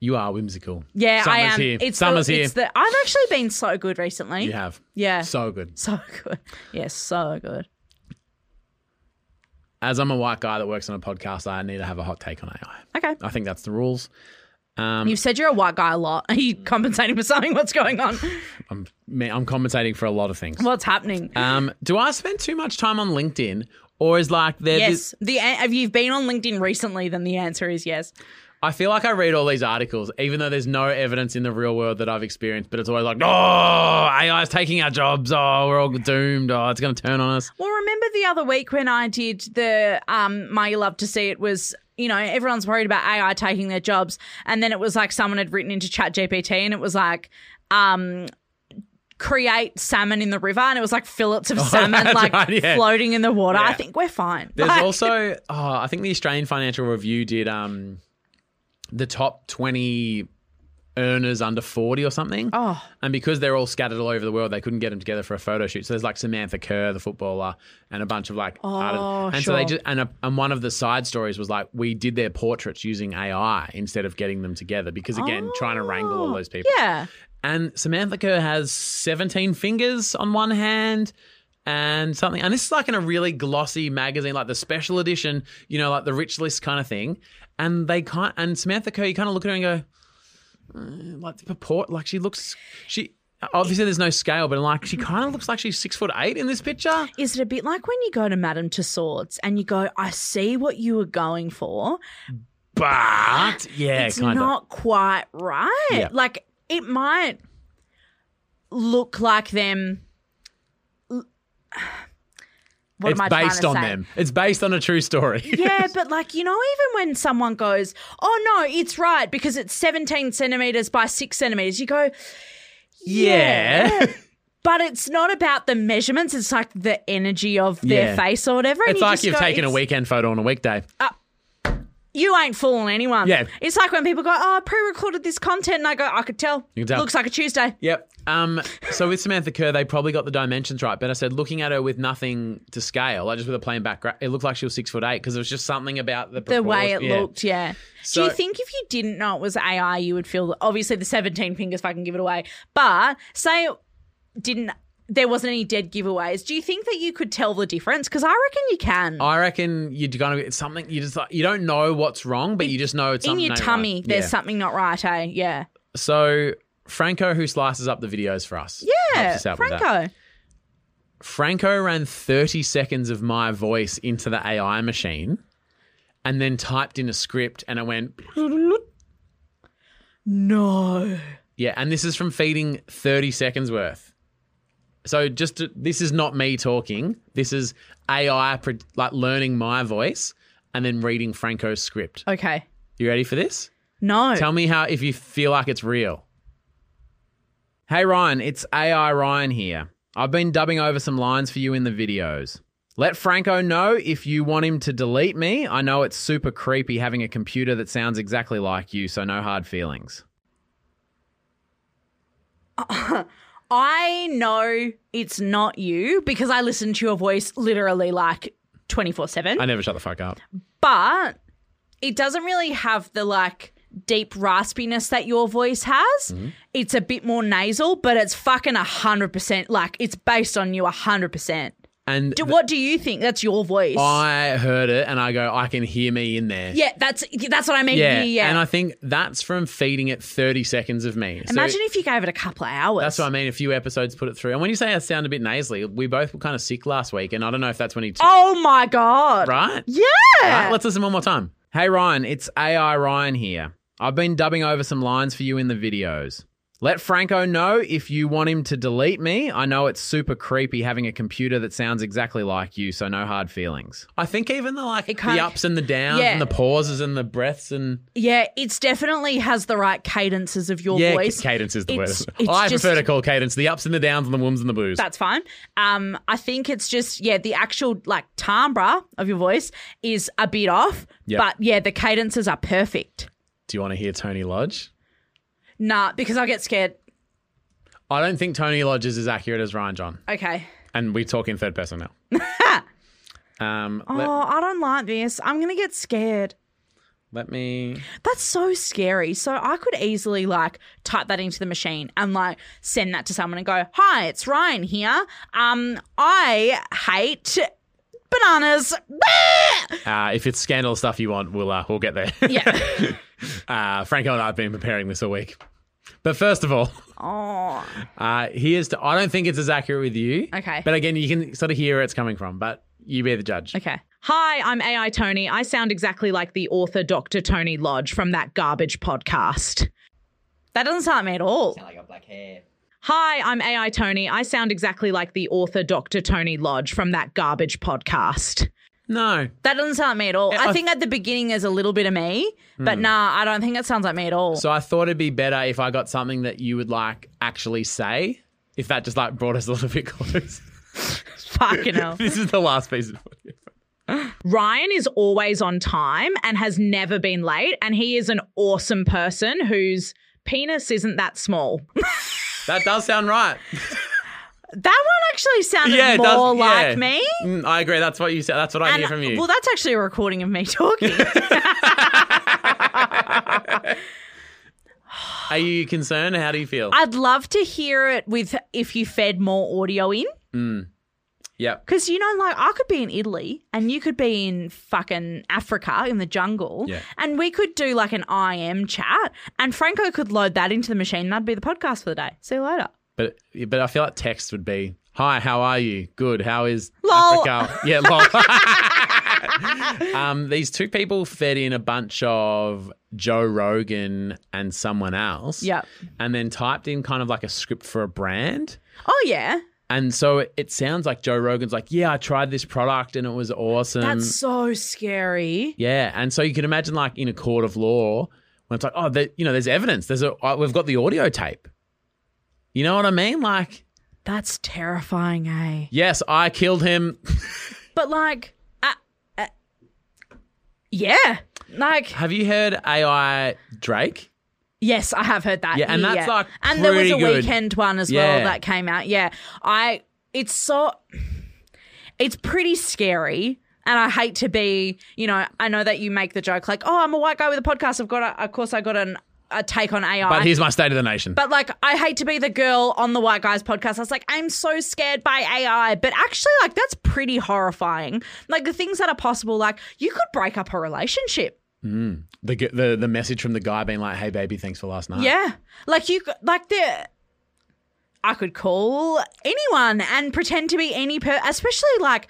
[SPEAKER 1] You are whimsical.
[SPEAKER 2] Yeah,
[SPEAKER 1] Summer's
[SPEAKER 2] I am.
[SPEAKER 1] Here.
[SPEAKER 2] It's the-
[SPEAKER 1] Summer's here.
[SPEAKER 2] It's the, I've actually been so good recently.
[SPEAKER 1] you have.
[SPEAKER 2] Yeah.
[SPEAKER 1] So good.
[SPEAKER 2] So good. Yeah, so good.
[SPEAKER 1] As I'm a white guy that works on a podcast, I need to have a hot take on AI.
[SPEAKER 2] Okay.
[SPEAKER 1] I think that's the rules.
[SPEAKER 2] You've said you're a white guy a lot. Are you compensating for something? What's going on?
[SPEAKER 1] I'm man, I'm compensating for a lot of things.
[SPEAKER 2] What's happening?
[SPEAKER 1] Um, do I spend too much time on LinkedIn, or is like there? This,
[SPEAKER 2] yes. The an- if you've been on LinkedIn recently, then the answer is yes.
[SPEAKER 1] I feel like I read all these articles, even though there's no evidence in the real world that I've experienced. But it's always like, oh, AI is taking our jobs. Oh, we're all doomed. Oh, it's going to turn on us.
[SPEAKER 2] Well, remember the other week when I did the um, my love to see it was you know everyone's worried about AI taking their jobs, and then it was like someone had written into Chat GPT and it was like. Um, create salmon in the river and it was like fillets of salmon
[SPEAKER 1] Oh, that's
[SPEAKER 2] like
[SPEAKER 1] right, yeah.
[SPEAKER 2] floating in the water i
[SPEAKER 1] Yeah.
[SPEAKER 2] think we're fine
[SPEAKER 1] There's
[SPEAKER 2] Like-
[SPEAKER 1] also, oh, I think the Australian Financial Review did um, the top 20 earners under 40 or something.
[SPEAKER 2] Oh.
[SPEAKER 1] And because they're all scattered all over the world, they couldn't get them together for a photo shoot. So there's like Samantha Kerr, the footballer, and a bunch of like oh, And so they
[SPEAKER 2] sure.
[SPEAKER 1] just and a, and one of the side stories was like we did their portraits using AI instead of getting them together because again, trying to wrangle
[SPEAKER 2] Oh,
[SPEAKER 1] all those people.
[SPEAKER 2] yeah
[SPEAKER 1] And Samantha Kerr has 17 fingers on one hand and something. And this is like in a really glossy magazine, like the special edition, you know, like the rich list kind of thing. And they can't, and Samantha Kerr, you kind of look at her and go, "Mm," like the purport, like she looks, she, obviously there's no scale, but like she kind of looks like she's six foot eight in this picture.
[SPEAKER 2] Is it a bit like when you go to Madame Tussauds and you go, I see what you were going for?
[SPEAKER 1] But yeah,
[SPEAKER 2] it's
[SPEAKER 1] kind of.
[SPEAKER 2] not quite right.
[SPEAKER 1] Yeah.
[SPEAKER 2] Like, it might look like them. What
[SPEAKER 1] It's
[SPEAKER 2] am I trying
[SPEAKER 1] based
[SPEAKER 2] to
[SPEAKER 1] on
[SPEAKER 2] say?
[SPEAKER 1] them. It's based on a true story.
[SPEAKER 2] Yeah, but like, you know, even when someone goes, oh no, it's right because it's 17 centimeters by six centimeters, you go,
[SPEAKER 1] yeah.
[SPEAKER 2] but it's not about the measurements. It's like the energy of their
[SPEAKER 1] Yeah.
[SPEAKER 2] face or whatever. and
[SPEAKER 1] It's
[SPEAKER 2] you
[SPEAKER 1] like
[SPEAKER 2] just
[SPEAKER 1] you've
[SPEAKER 2] go,
[SPEAKER 1] taken a
[SPEAKER 2] "It's-
[SPEAKER 1] weekend photo on a weekday.
[SPEAKER 2] you ain't fooling anyone.
[SPEAKER 1] Yeah.
[SPEAKER 2] It's like when people go, oh, I pre recorded this content. And I go, I could tell.
[SPEAKER 1] You can tell.
[SPEAKER 2] Looks like a Tuesday.
[SPEAKER 1] Yep. Um, so with Samantha Kerr, they probably got the dimensions right, but I said looking at her with nothing to scale, like just with a plain background, it looked like she was six foot eight because it was just something about the
[SPEAKER 2] The way it
[SPEAKER 1] proportion- yeah.
[SPEAKER 2] looked, yeah. Do
[SPEAKER 1] So-
[SPEAKER 2] you think if you didn't know it was AI, you would feel obviously the 17 fingers fucking give it away. But say it didn't, there wasn't any dead giveaways. Do you think that you could tell the difference? Because I reckon you can.
[SPEAKER 1] I reckon you're gonna it's something you just like you don't know what's wrong, but you just know it's
[SPEAKER 2] In
[SPEAKER 1] something
[SPEAKER 2] your
[SPEAKER 1] ain't
[SPEAKER 2] tummy,
[SPEAKER 1] right.
[SPEAKER 2] there's
[SPEAKER 1] Yeah.
[SPEAKER 2] something not right, eh? Yeah.
[SPEAKER 1] So Franco, who slices up the videos for us,
[SPEAKER 2] Yeah.
[SPEAKER 1] helps us out with that.
[SPEAKER 2] Uh, Franco.
[SPEAKER 1] Franco ran 30 seconds of my voice into the AI machine, and then typed in a script, and it went
[SPEAKER 2] No.
[SPEAKER 1] Yeah, and this is from feeding 30 seconds worth. So just to, this is not me talking. This is AI pro- like learning my voice and then reading Franco's script.
[SPEAKER 2] Okay.
[SPEAKER 1] You ready for this?
[SPEAKER 2] No.
[SPEAKER 1] Tell me how if you feel like it's real. Hey Ryan, it's AI Ryan here. I've been dubbing over some lines for you in the videos. Let Franco know if you want him to delete me. I know it's super creepy having a computer that sounds exactly like you, so no hard feelings.
[SPEAKER 2] I know it's not you because I listen to your voice literally like 24 7,
[SPEAKER 1] never shut the fuck up.
[SPEAKER 2] but it doesn't really have the like deep raspiness that your voice has.
[SPEAKER 1] Mm-hmm.
[SPEAKER 2] It's a bit more nasal, but it's fucking 100%. Like it's based on you 100%.
[SPEAKER 1] And
[SPEAKER 2] Do, what do you think? That's your voice.
[SPEAKER 1] I heard it and I go, I can hear me in there.
[SPEAKER 2] yeah, that's that's what I mean. Yeah, yeah.
[SPEAKER 1] And I think that's from feeding it 30 seconds of me. So
[SPEAKER 2] Imagine if you gave it a couple of hours.
[SPEAKER 1] that's what I mean. A few episodes put it through. And when you say I sound a bit nasally, we both were kind of sick last week. And I don't know if that's when he took
[SPEAKER 2] Oh my God.
[SPEAKER 1] right?
[SPEAKER 2] Yeah.
[SPEAKER 1] Right, let's listen one more time. Hey Ryan, it's AI Ryan here. I've been dubbing over some lines for you in the videos. Let Franco know if you want him to delete me. I know it's super creepy having a computer that sounds exactly like you, so no hard feelings. I think even the like
[SPEAKER 2] It
[SPEAKER 1] the
[SPEAKER 2] kinda-
[SPEAKER 1] ups and the downs
[SPEAKER 2] Yeah.
[SPEAKER 1] and the pauses and the breaths and
[SPEAKER 2] Yeah, it's definitely has the right cadences of your
[SPEAKER 1] yeah,
[SPEAKER 2] voice.
[SPEAKER 1] ca- cadence is the word.
[SPEAKER 2] It's- it's
[SPEAKER 1] I
[SPEAKER 2] just-
[SPEAKER 1] prefer to call cadence the ups and the downs and the wooms and the boos.
[SPEAKER 2] That's fine. Um, I think it's just yeah, the actual like timbre of your voice is a bit off,
[SPEAKER 1] Yeah.
[SPEAKER 2] but yeah, the cadences are perfect.
[SPEAKER 1] Do you want to hear Tony Lodge?
[SPEAKER 2] Nah, because I get scared.
[SPEAKER 1] I don't think Tony Lodge is as accurate as Ryan John,
[SPEAKER 2] Okay.
[SPEAKER 1] and we talk in third person now. um,
[SPEAKER 2] Oh,
[SPEAKER 1] let,
[SPEAKER 2] I don't like this. I'm gonna get scared.
[SPEAKER 1] let me.
[SPEAKER 2] That's so scary. So I could easily like type that into the machine and like send that to someone and go, "Hi, it's Ryan here. Um, I hate bananas."
[SPEAKER 1] Uh, if it's scandal stuff you want, we'll uh, we'll get there.
[SPEAKER 2] yeah.
[SPEAKER 1] uh, Franco and I have been preparing this all week. But first of all,
[SPEAKER 2] Oh.
[SPEAKER 1] uh, here's to, I don't think it's as accurate with you.
[SPEAKER 2] Okay.
[SPEAKER 1] But again, you can sort of hear where it's coming from, but you be the judge.
[SPEAKER 2] Okay.
[SPEAKER 5] Hi, I'm AI Tony. I sound exactly like the author Dr. Tony Lodge from that garbage podcast.
[SPEAKER 2] That doesn't sound like me at all.
[SPEAKER 6] I got black hair.
[SPEAKER 5] Hi, I'm AI Tony. I sound exactly like the author Dr. Tony Lodge from that garbage podcast.
[SPEAKER 1] No.
[SPEAKER 2] That doesn't sound like me at all. I
[SPEAKER 1] I-
[SPEAKER 2] think at the beginning there's a little bit of me, but nah, I don't think it sounds like me at all.
[SPEAKER 1] So I thought it'd be better if I got something that you would like actually say, if that just like brought us a little bit close.
[SPEAKER 2] Fucking hell.
[SPEAKER 1] this is the last piece of audio.
[SPEAKER 5] Ryan is always on time and has never been late, and he is an awesome person whose penis isn't that small.
[SPEAKER 1] That does sound right.
[SPEAKER 2] That one actually sounded
[SPEAKER 1] Yeah, it
[SPEAKER 2] more
[SPEAKER 1] does-
[SPEAKER 2] like
[SPEAKER 1] yeah.
[SPEAKER 2] me.
[SPEAKER 1] Mm, I agree. That's what you said. That's what I hear from you.
[SPEAKER 2] Well, that's actually a recording of me talking.
[SPEAKER 1] Are you concerned? How do you feel?
[SPEAKER 2] I'd love to hear it with if you fed more audio in.
[SPEAKER 1] yep.
[SPEAKER 2] Because, you know, like I could be in Italy and you could be in fucking Africa in the jungle.
[SPEAKER 1] Yeah.
[SPEAKER 2] And we could do like an IM chat and Franco could load that into the machine and that'd be the podcast for the day. See you later.
[SPEAKER 1] But but I feel like text would be hi, how are you? Good. How is
[SPEAKER 2] Lol.
[SPEAKER 1] Africa? Yeah, lol. um, these two people fed in a bunch of Joe Rogan and someone else.
[SPEAKER 2] Yep.
[SPEAKER 1] And then typed in kind of like a script for a brand.
[SPEAKER 2] Oh, yeah.
[SPEAKER 1] And so it, it sounds like Joe Rogan's like, yeah, I tried this product and it was awesome.
[SPEAKER 2] That's so scary.
[SPEAKER 1] Yeah, and so you can imagine, like in a court of law, when it's like, oh, there, you know, there's evidence. There's a uh, we've got the audio tape. You know what I mean? Like,
[SPEAKER 2] That's terrifying, eh?
[SPEAKER 1] yes, I killed him.
[SPEAKER 2] But like, uh, uh, yeah. Like,
[SPEAKER 1] Have you heard AI Drake?
[SPEAKER 2] yes, I have heard that.
[SPEAKER 1] Yeah, and that's, like,
[SPEAKER 2] and there was
[SPEAKER 1] pretty
[SPEAKER 2] a
[SPEAKER 1] good.
[SPEAKER 2] weekend one as well
[SPEAKER 1] Yeah.
[SPEAKER 2] that came out. Yeah, I. It's so. It's pretty scary. And I hate to be, you know, I know that you make the joke like, oh, I'm a white guy with a podcast. I've got, a, of course, I got an, a take on AI.
[SPEAKER 1] But here's my state of the nation.
[SPEAKER 2] But like, I hate to be the girl on the White Guys podcast. I was like, I'm so scared by AI. But actually, like, that's pretty horrifying. Like, the things that are possible, like, you could break up a relationship.
[SPEAKER 1] the, g- the the message from the guy being like, "Hey, baby, thanks for last night."
[SPEAKER 2] Yeah. Like, you, could- like, the. I could call anyone and pretend to be any per, especially like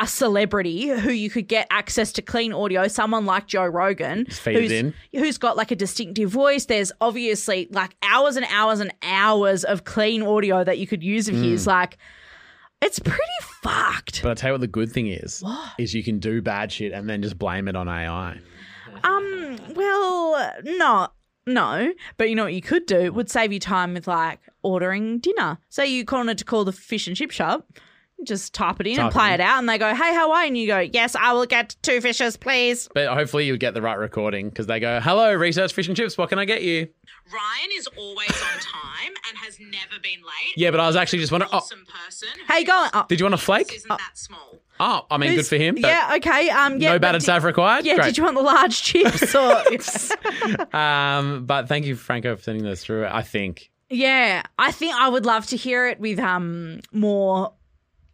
[SPEAKER 2] a celebrity who you could get access to clean audio, someone like Joe Rogan,
[SPEAKER 1] feed it
[SPEAKER 2] who's,
[SPEAKER 1] in.
[SPEAKER 2] who's got like a distinctive voice. There's obviously like hours and hours and hours of clean audio that you could use of his. Like, it's pretty fucked.
[SPEAKER 1] But I tell you what, the good thing is, is you can do bad shit and then just blame it on AI.
[SPEAKER 2] Um, well, no, no. But you know what you could do It would save you time with like ordering dinner. So you wanted to call the fish and chip shop. you Just type it in
[SPEAKER 1] Type
[SPEAKER 2] and
[SPEAKER 1] it
[SPEAKER 2] play
[SPEAKER 1] in.
[SPEAKER 2] it, out, and they go, "Hey, how are you?" And you go, "Yes, I will get two fishes, please."
[SPEAKER 1] But hopefully, you get the right recording because they go, "Hello, research fish and chips. What can I get you?"
[SPEAKER 5] Ryan is always on time and has never been late.
[SPEAKER 1] Yeah, but I was actually just wondering. Oh,
[SPEAKER 5] Awesome person.
[SPEAKER 2] How you going? Oh,
[SPEAKER 1] did you want a flake?
[SPEAKER 5] Isn't that small?
[SPEAKER 1] Oh, I mean, good
[SPEAKER 2] who's-
[SPEAKER 1] for him. but-
[SPEAKER 2] yeah. Okay. Um. Yeah.
[SPEAKER 1] no
[SPEAKER 2] but
[SPEAKER 1] battered
[SPEAKER 2] di-
[SPEAKER 1] staff required.
[SPEAKER 2] Yeah.
[SPEAKER 1] Great.
[SPEAKER 2] Did you want the large chips or?
[SPEAKER 1] um, but thank you, Franco, for sending those through. I think
[SPEAKER 2] yeah. I think I would love to hear it with um more,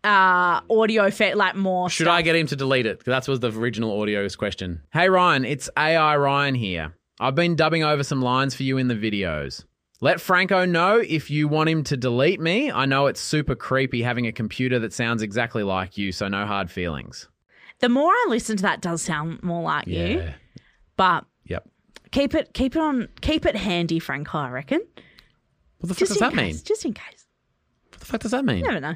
[SPEAKER 2] uh, audio fit like more.
[SPEAKER 1] should I get him to delete it? 'Cause That was the original audio's question. Hey Ryan, it's AI Ryan here. I've been dubbing over some lines for you in the videos. Let Franco know if you want him to delete me. I know it's super creepy having a computer that sounds exactly like you, so no hard feelings.
[SPEAKER 2] The more I listen to that, does sound more like you, but
[SPEAKER 1] Yep.
[SPEAKER 2] keep it keep it on keep it handy, Franco. I reckon.
[SPEAKER 1] What the fuck
[SPEAKER 2] Just
[SPEAKER 1] does
[SPEAKER 2] in
[SPEAKER 1] that
[SPEAKER 2] case.
[SPEAKER 1] mean?
[SPEAKER 2] Just in case.
[SPEAKER 1] What the fuck does that mean?
[SPEAKER 5] Never know.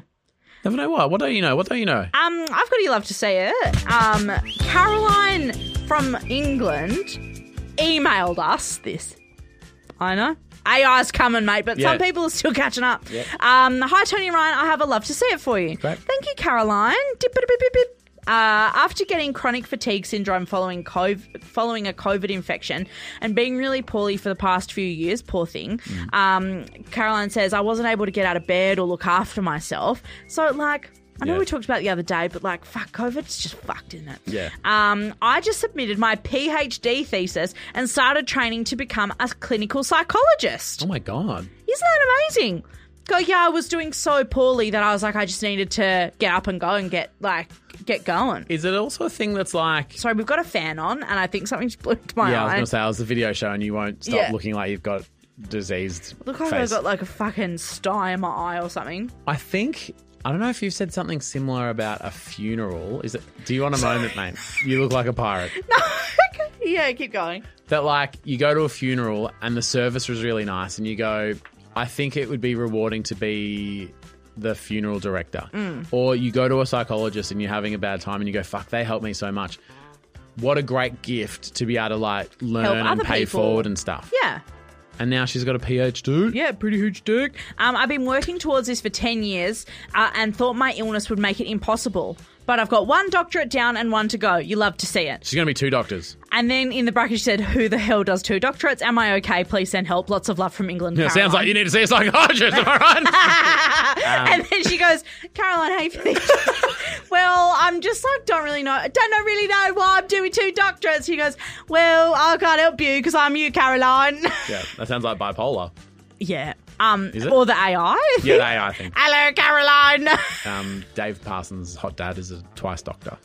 [SPEAKER 1] Never know what. What don't you know? What don't you know?
[SPEAKER 2] Ah.
[SPEAKER 5] Um, I've got you love to say it.
[SPEAKER 2] Um, Caroline from England emailed us this. I know. AI's coming, mate, but some
[SPEAKER 1] Yeah.
[SPEAKER 2] people are still catching up. Um, hi, Tony and Ryan. I have a love to see it for you.
[SPEAKER 1] Great.
[SPEAKER 2] Thank you, Caroline. Dip, dip, dip, dip, dip. Uh, after getting chronic fatigue syndrome following COVID, following a COVID infection and being really poorly for the past few years, poor thing,
[SPEAKER 1] Mm.
[SPEAKER 2] um, Caroline says, I wasn't able to get out of bed or look after myself. So, like, I know
[SPEAKER 1] Yeah.
[SPEAKER 2] we talked about it the other day, but like, fuck, COVID's just fucked, isn't it?
[SPEAKER 1] Yeah.
[SPEAKER 2] Um, I just submitted my PhD thesis and started training to become a clinical psychologist.
[SPEAKER 1] Oh my god.
[SPEAKER 2] Isn't that amazing? Go, yeah, I was doing so poorly that I was like, I just needed to get up and go and get like get going.
[SPEAKER 1] Is it also a thing that's like?
[SPEAKER 2] Sorry, we've got a fan on, and I think something's blew into my
[SPEAKER 1] yeah, I was
[SPEAKER 2] eye.
[SPEAKER 1] gonna say I was the video show, and you won't stop
[SPEAKER 2] Yeah.
[SPEAKER 1] looking like you've got diseased
[SPEAKER 2] Look like
[SPEAKER 1] face.
[SPEAKER 2] I got like a fucking sty in my eye or something.
[SPEAKER 1] I think I don't know if you've said something similar about a funeral. Is it? Do you want a moment, mate? You look like a pirate.
[SPEAKER 2] yeah, keep going.
[SPEAKER 1] That like you go to a funeral and the service was really nice, and you go, I think it would be rewarding to be the funeral director,
[SPEAKER 2] Mm.
[SPEAKER 1] or you go to a psychologist and you're having a bad time, and you go, fuck, they helped me so much. What a great gift to be able to like learn and
[SPEAKER 2] other
[SPEAKER 1] pay
[SPEAKER 2] people.
[SPEAKER 1] forward and stuff.
[SPEAKER 2] Yeah.
[SPEAKER 1] And now she's got a PhD.
[SPEAKER 2] Yeah, pretty huge dick. Um, I've been working towards this for 10 years uh, and thought my illness would make it impossible. But I've got one doctorate down and one to go. You love to see it.
[SPEAKER 1] She's gonna be two doctors.
[SPEAKER 2] And then in the bracket, she said, Who the hell does two doctorates? Am I okay? Please send help. Lots of love from England.
[SPEAKER 1] Yeah, sounds like you need to see a psychologist. Am I right?
[SPEAKER 2] and then she goes, Caroline, how you feeling?" well, I'm just like, don't really know. Don't know, really know why I'm doing two doctorates. She goes, Well, I can't help you because I'm you, Caroline.
[SPEAKER 1] yeah, that sounds like bipolar.
[SPEAKER 2] yeah. Um,
[SPEAKER 1] Is it?
[SPEAKER 2] or the AI.
[SPEAKER 1] Yeah, they are, I think.
[SPEAKER 2] Hello, Caroline.
[SPEAKER 1] Um, Dave Parsons' hot dad is a twice doctor.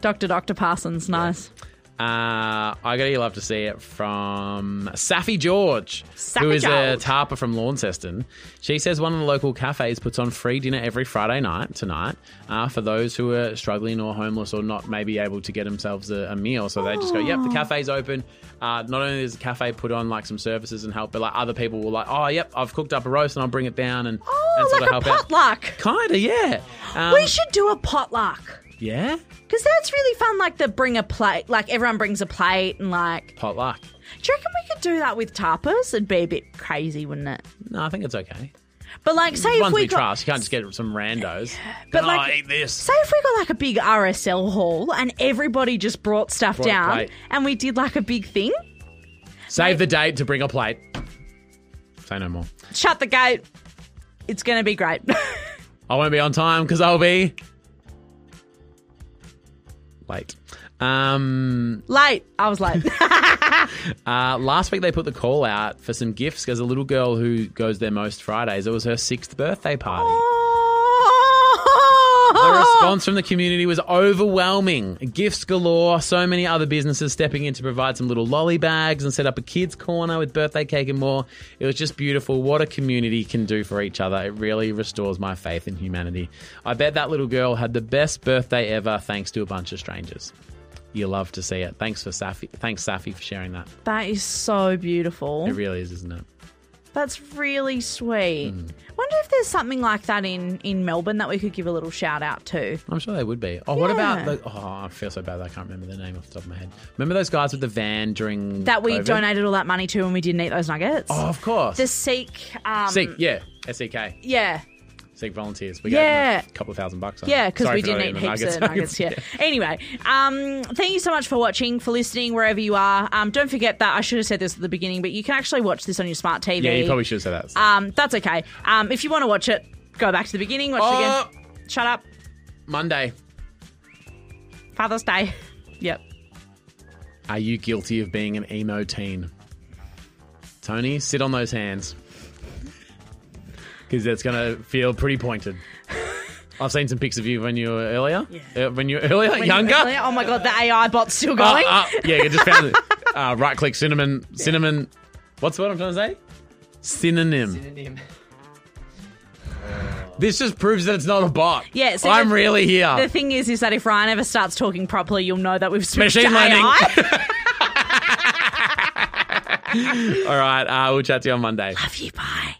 [SPEAKER 2] Dr. Dr. Parsons, nice.
[SPEAKER 1] Uh, I got you love to see it from Safi George, who
[SPEAKER 2] Safi
[SPEAKER 1] is a
[SPEAKER 2] George.
[SPEAKER 1] tarper from Launceston. She says one of the local cafes puts on free dinner every Friday night tonight uh, for those who are struggling or homeless or not maybe able to get themselves a, a meal. So they just go, "Yep, the cafe's open." Uh, not only does the cafe put on like some services and help, but like other people will like, "Oh, yep, I've cooked up a roast and I'll bring it down and, and
[SPEAKER 2] Oh,
[SPEAKER 1] sort
[SPEAKER 2] like a
[SPEAKER 1] of help out."
[SPEAKER 2] potluck.
[SPEAKER 1] Kinda, yeah. Um,
[SPEAKER 2] we should do a potluck
[SPEAKER 1] yeah,
[SPEAKER 2] because that's really fun. Like the bring a plate, like everyone brings a plate, and like,
[SPEAKER 1] potluck.
[SPEAKER 2] do you reckon we could do that with tapas? It'd be a bit crazy, wouldn't it?
[SPEAKER 1] No, I think it's okay.
[SPEAKER 2] But like, say if
[SPEAKER 1] ones
[SPEAKER 2] we
[SPEAKER 1] we
[SPEAKER 2] got,
[SPEAKER 1] trust. You can't just get some randos.
[SPEAKER 2] But,
[SPEAKER 1] But
[SPEAKER 2] like-
[SPEAKER 1] I eat this.
[SPEAKER 2] say if we got like a big RSL haul and everybody just brought stuff
[SPEAKER 1] Brought a
[SPEAKER 2] down,
[SPEAKER 1] plate.
[SPEAKER 2] and we did like a big thing.
[SPEAKER 1] Save the date to bring a plate. Say no more.
[SPEAKER 2] Shut the gate. It's gonna be great.
[SPEAKER 1] I won't be on time because I'll be late. Um,
[SPEAKER 2] late. I was late.
[SPEAKER 1] uh, last week they put the call out for some gifts because a little girl who goes there most Fridays. It was her sixth birthday
[SPEAKER 2] Oh,
[SPEAKER 1] party. The response from the community was overwhelming. Gifts galore, so many other businesses stepping in to provide some little lolly bags and set up a kids' corner with birthday cake and more. It was just beautiful what a community can do for each other. It really restores my faith in humanity. I bet that little girl had the best birthday ever thanks to a bunch of strangers. You love to see it. Thanks for Safi. Thanks Safi for sharing that.
[SPEAKER 2] that is so beautiful.
[SPEAKER 1] It really is, isn't it?
[SPEAKER 2] That's really sweet.
[SPEAKER 1] Mm.
[SPEAKER 2] Wonder if there's something like that in in Melbourne that we could give a little shout out to.
[SPEAKER 1] I'm sure they would be. Oh, what about
[SPEAKER 2] Yeah.
[SPEAKER 1] the? Oh, I feel so bad. that I can't remember the name off the top of my head. Remember those guys with the van during
[SPEAKER 2] That we
[SPEAKER 1] COVID?
[SPEAKER 2] donated all that money to and we didn't eat those nuggets.
[SPEAKER 1] Oh, of course.
[SPEAKER 2] The Sikh, um,
[SPEAKER 1] Seek, yeah, S E K.
[SPEAKER 2] yeah,
[SPEAKER 1] Seek volunteers. We
[SPEAKER 2] Yeah.
[SPEAKER 1] gave them a couple of thousand bucks. I
[SPEAKER 2] yeah,
[SPEAKER 1] think.
[SPEAKER 2] because
[SPEAKER 1] Sorry
[SPEAKER 2] we
[SPEAKER 1] for not
[SPEAKER 2] didn't eat
[SPEAKER 1] eating the
[SPEAKER 2] heaps of nuggets. Yeah. Anyway, um, thank you so much for watching, for listening, wherever you are. Um, don't forget that I should have said this at the beginning, but you can actually watch this on your smart TV.
[SPEAKER 1] Yeah, you probably should have said that.
[SPEAKER 2] Um, that's okay. Um, if you want to watch it, go back to the beginning, watch
[SPEAKER 1] Oh,
[SPEAKER 2] it again. Shut up,
[SPEAKER 1] Monday.
[SPEAKER 2] Father's Day. Yep.
[SPEAKER 1] Are you guilty of being an emo teen? Tony, sit on those hands. Because that's going to feel pretty pointed. I've seen some pics of you when you were earlier. Yeah. when you were earlier, younger.
[SPEAKER 2] Oh my god, the AI bot's
[SPEAKER 1] Uh,
[SPEAKER 2] still going.
[SPEAKER 1] uh, yeah, you just found it. Uh, right click cinnamon. Cinnamon. What's the word I'm trying to say? Synonym.
[SPEAKER 6] Synonym.
[SPEAKER 1] This just proves that it's not a bot.
[SPEAKER 2] Yeah, so
[SPEAKER 1] I'm
[SPEAKER 2] the-
[SPEAKER 1] really here.
[SPEAKER 2] The thing is, is that if Ryan ever starts talking properly, you'll know that we've switched
[SPEAKER 1] Machine
[SPEAKER 2] to
[SPEAKER 1] learning.
[SPEAKER 2] AI.
[SPEAKER 7] All right. Uh, we'll chat to you on Monday.
[SPEAKER 1] Love you. Bye.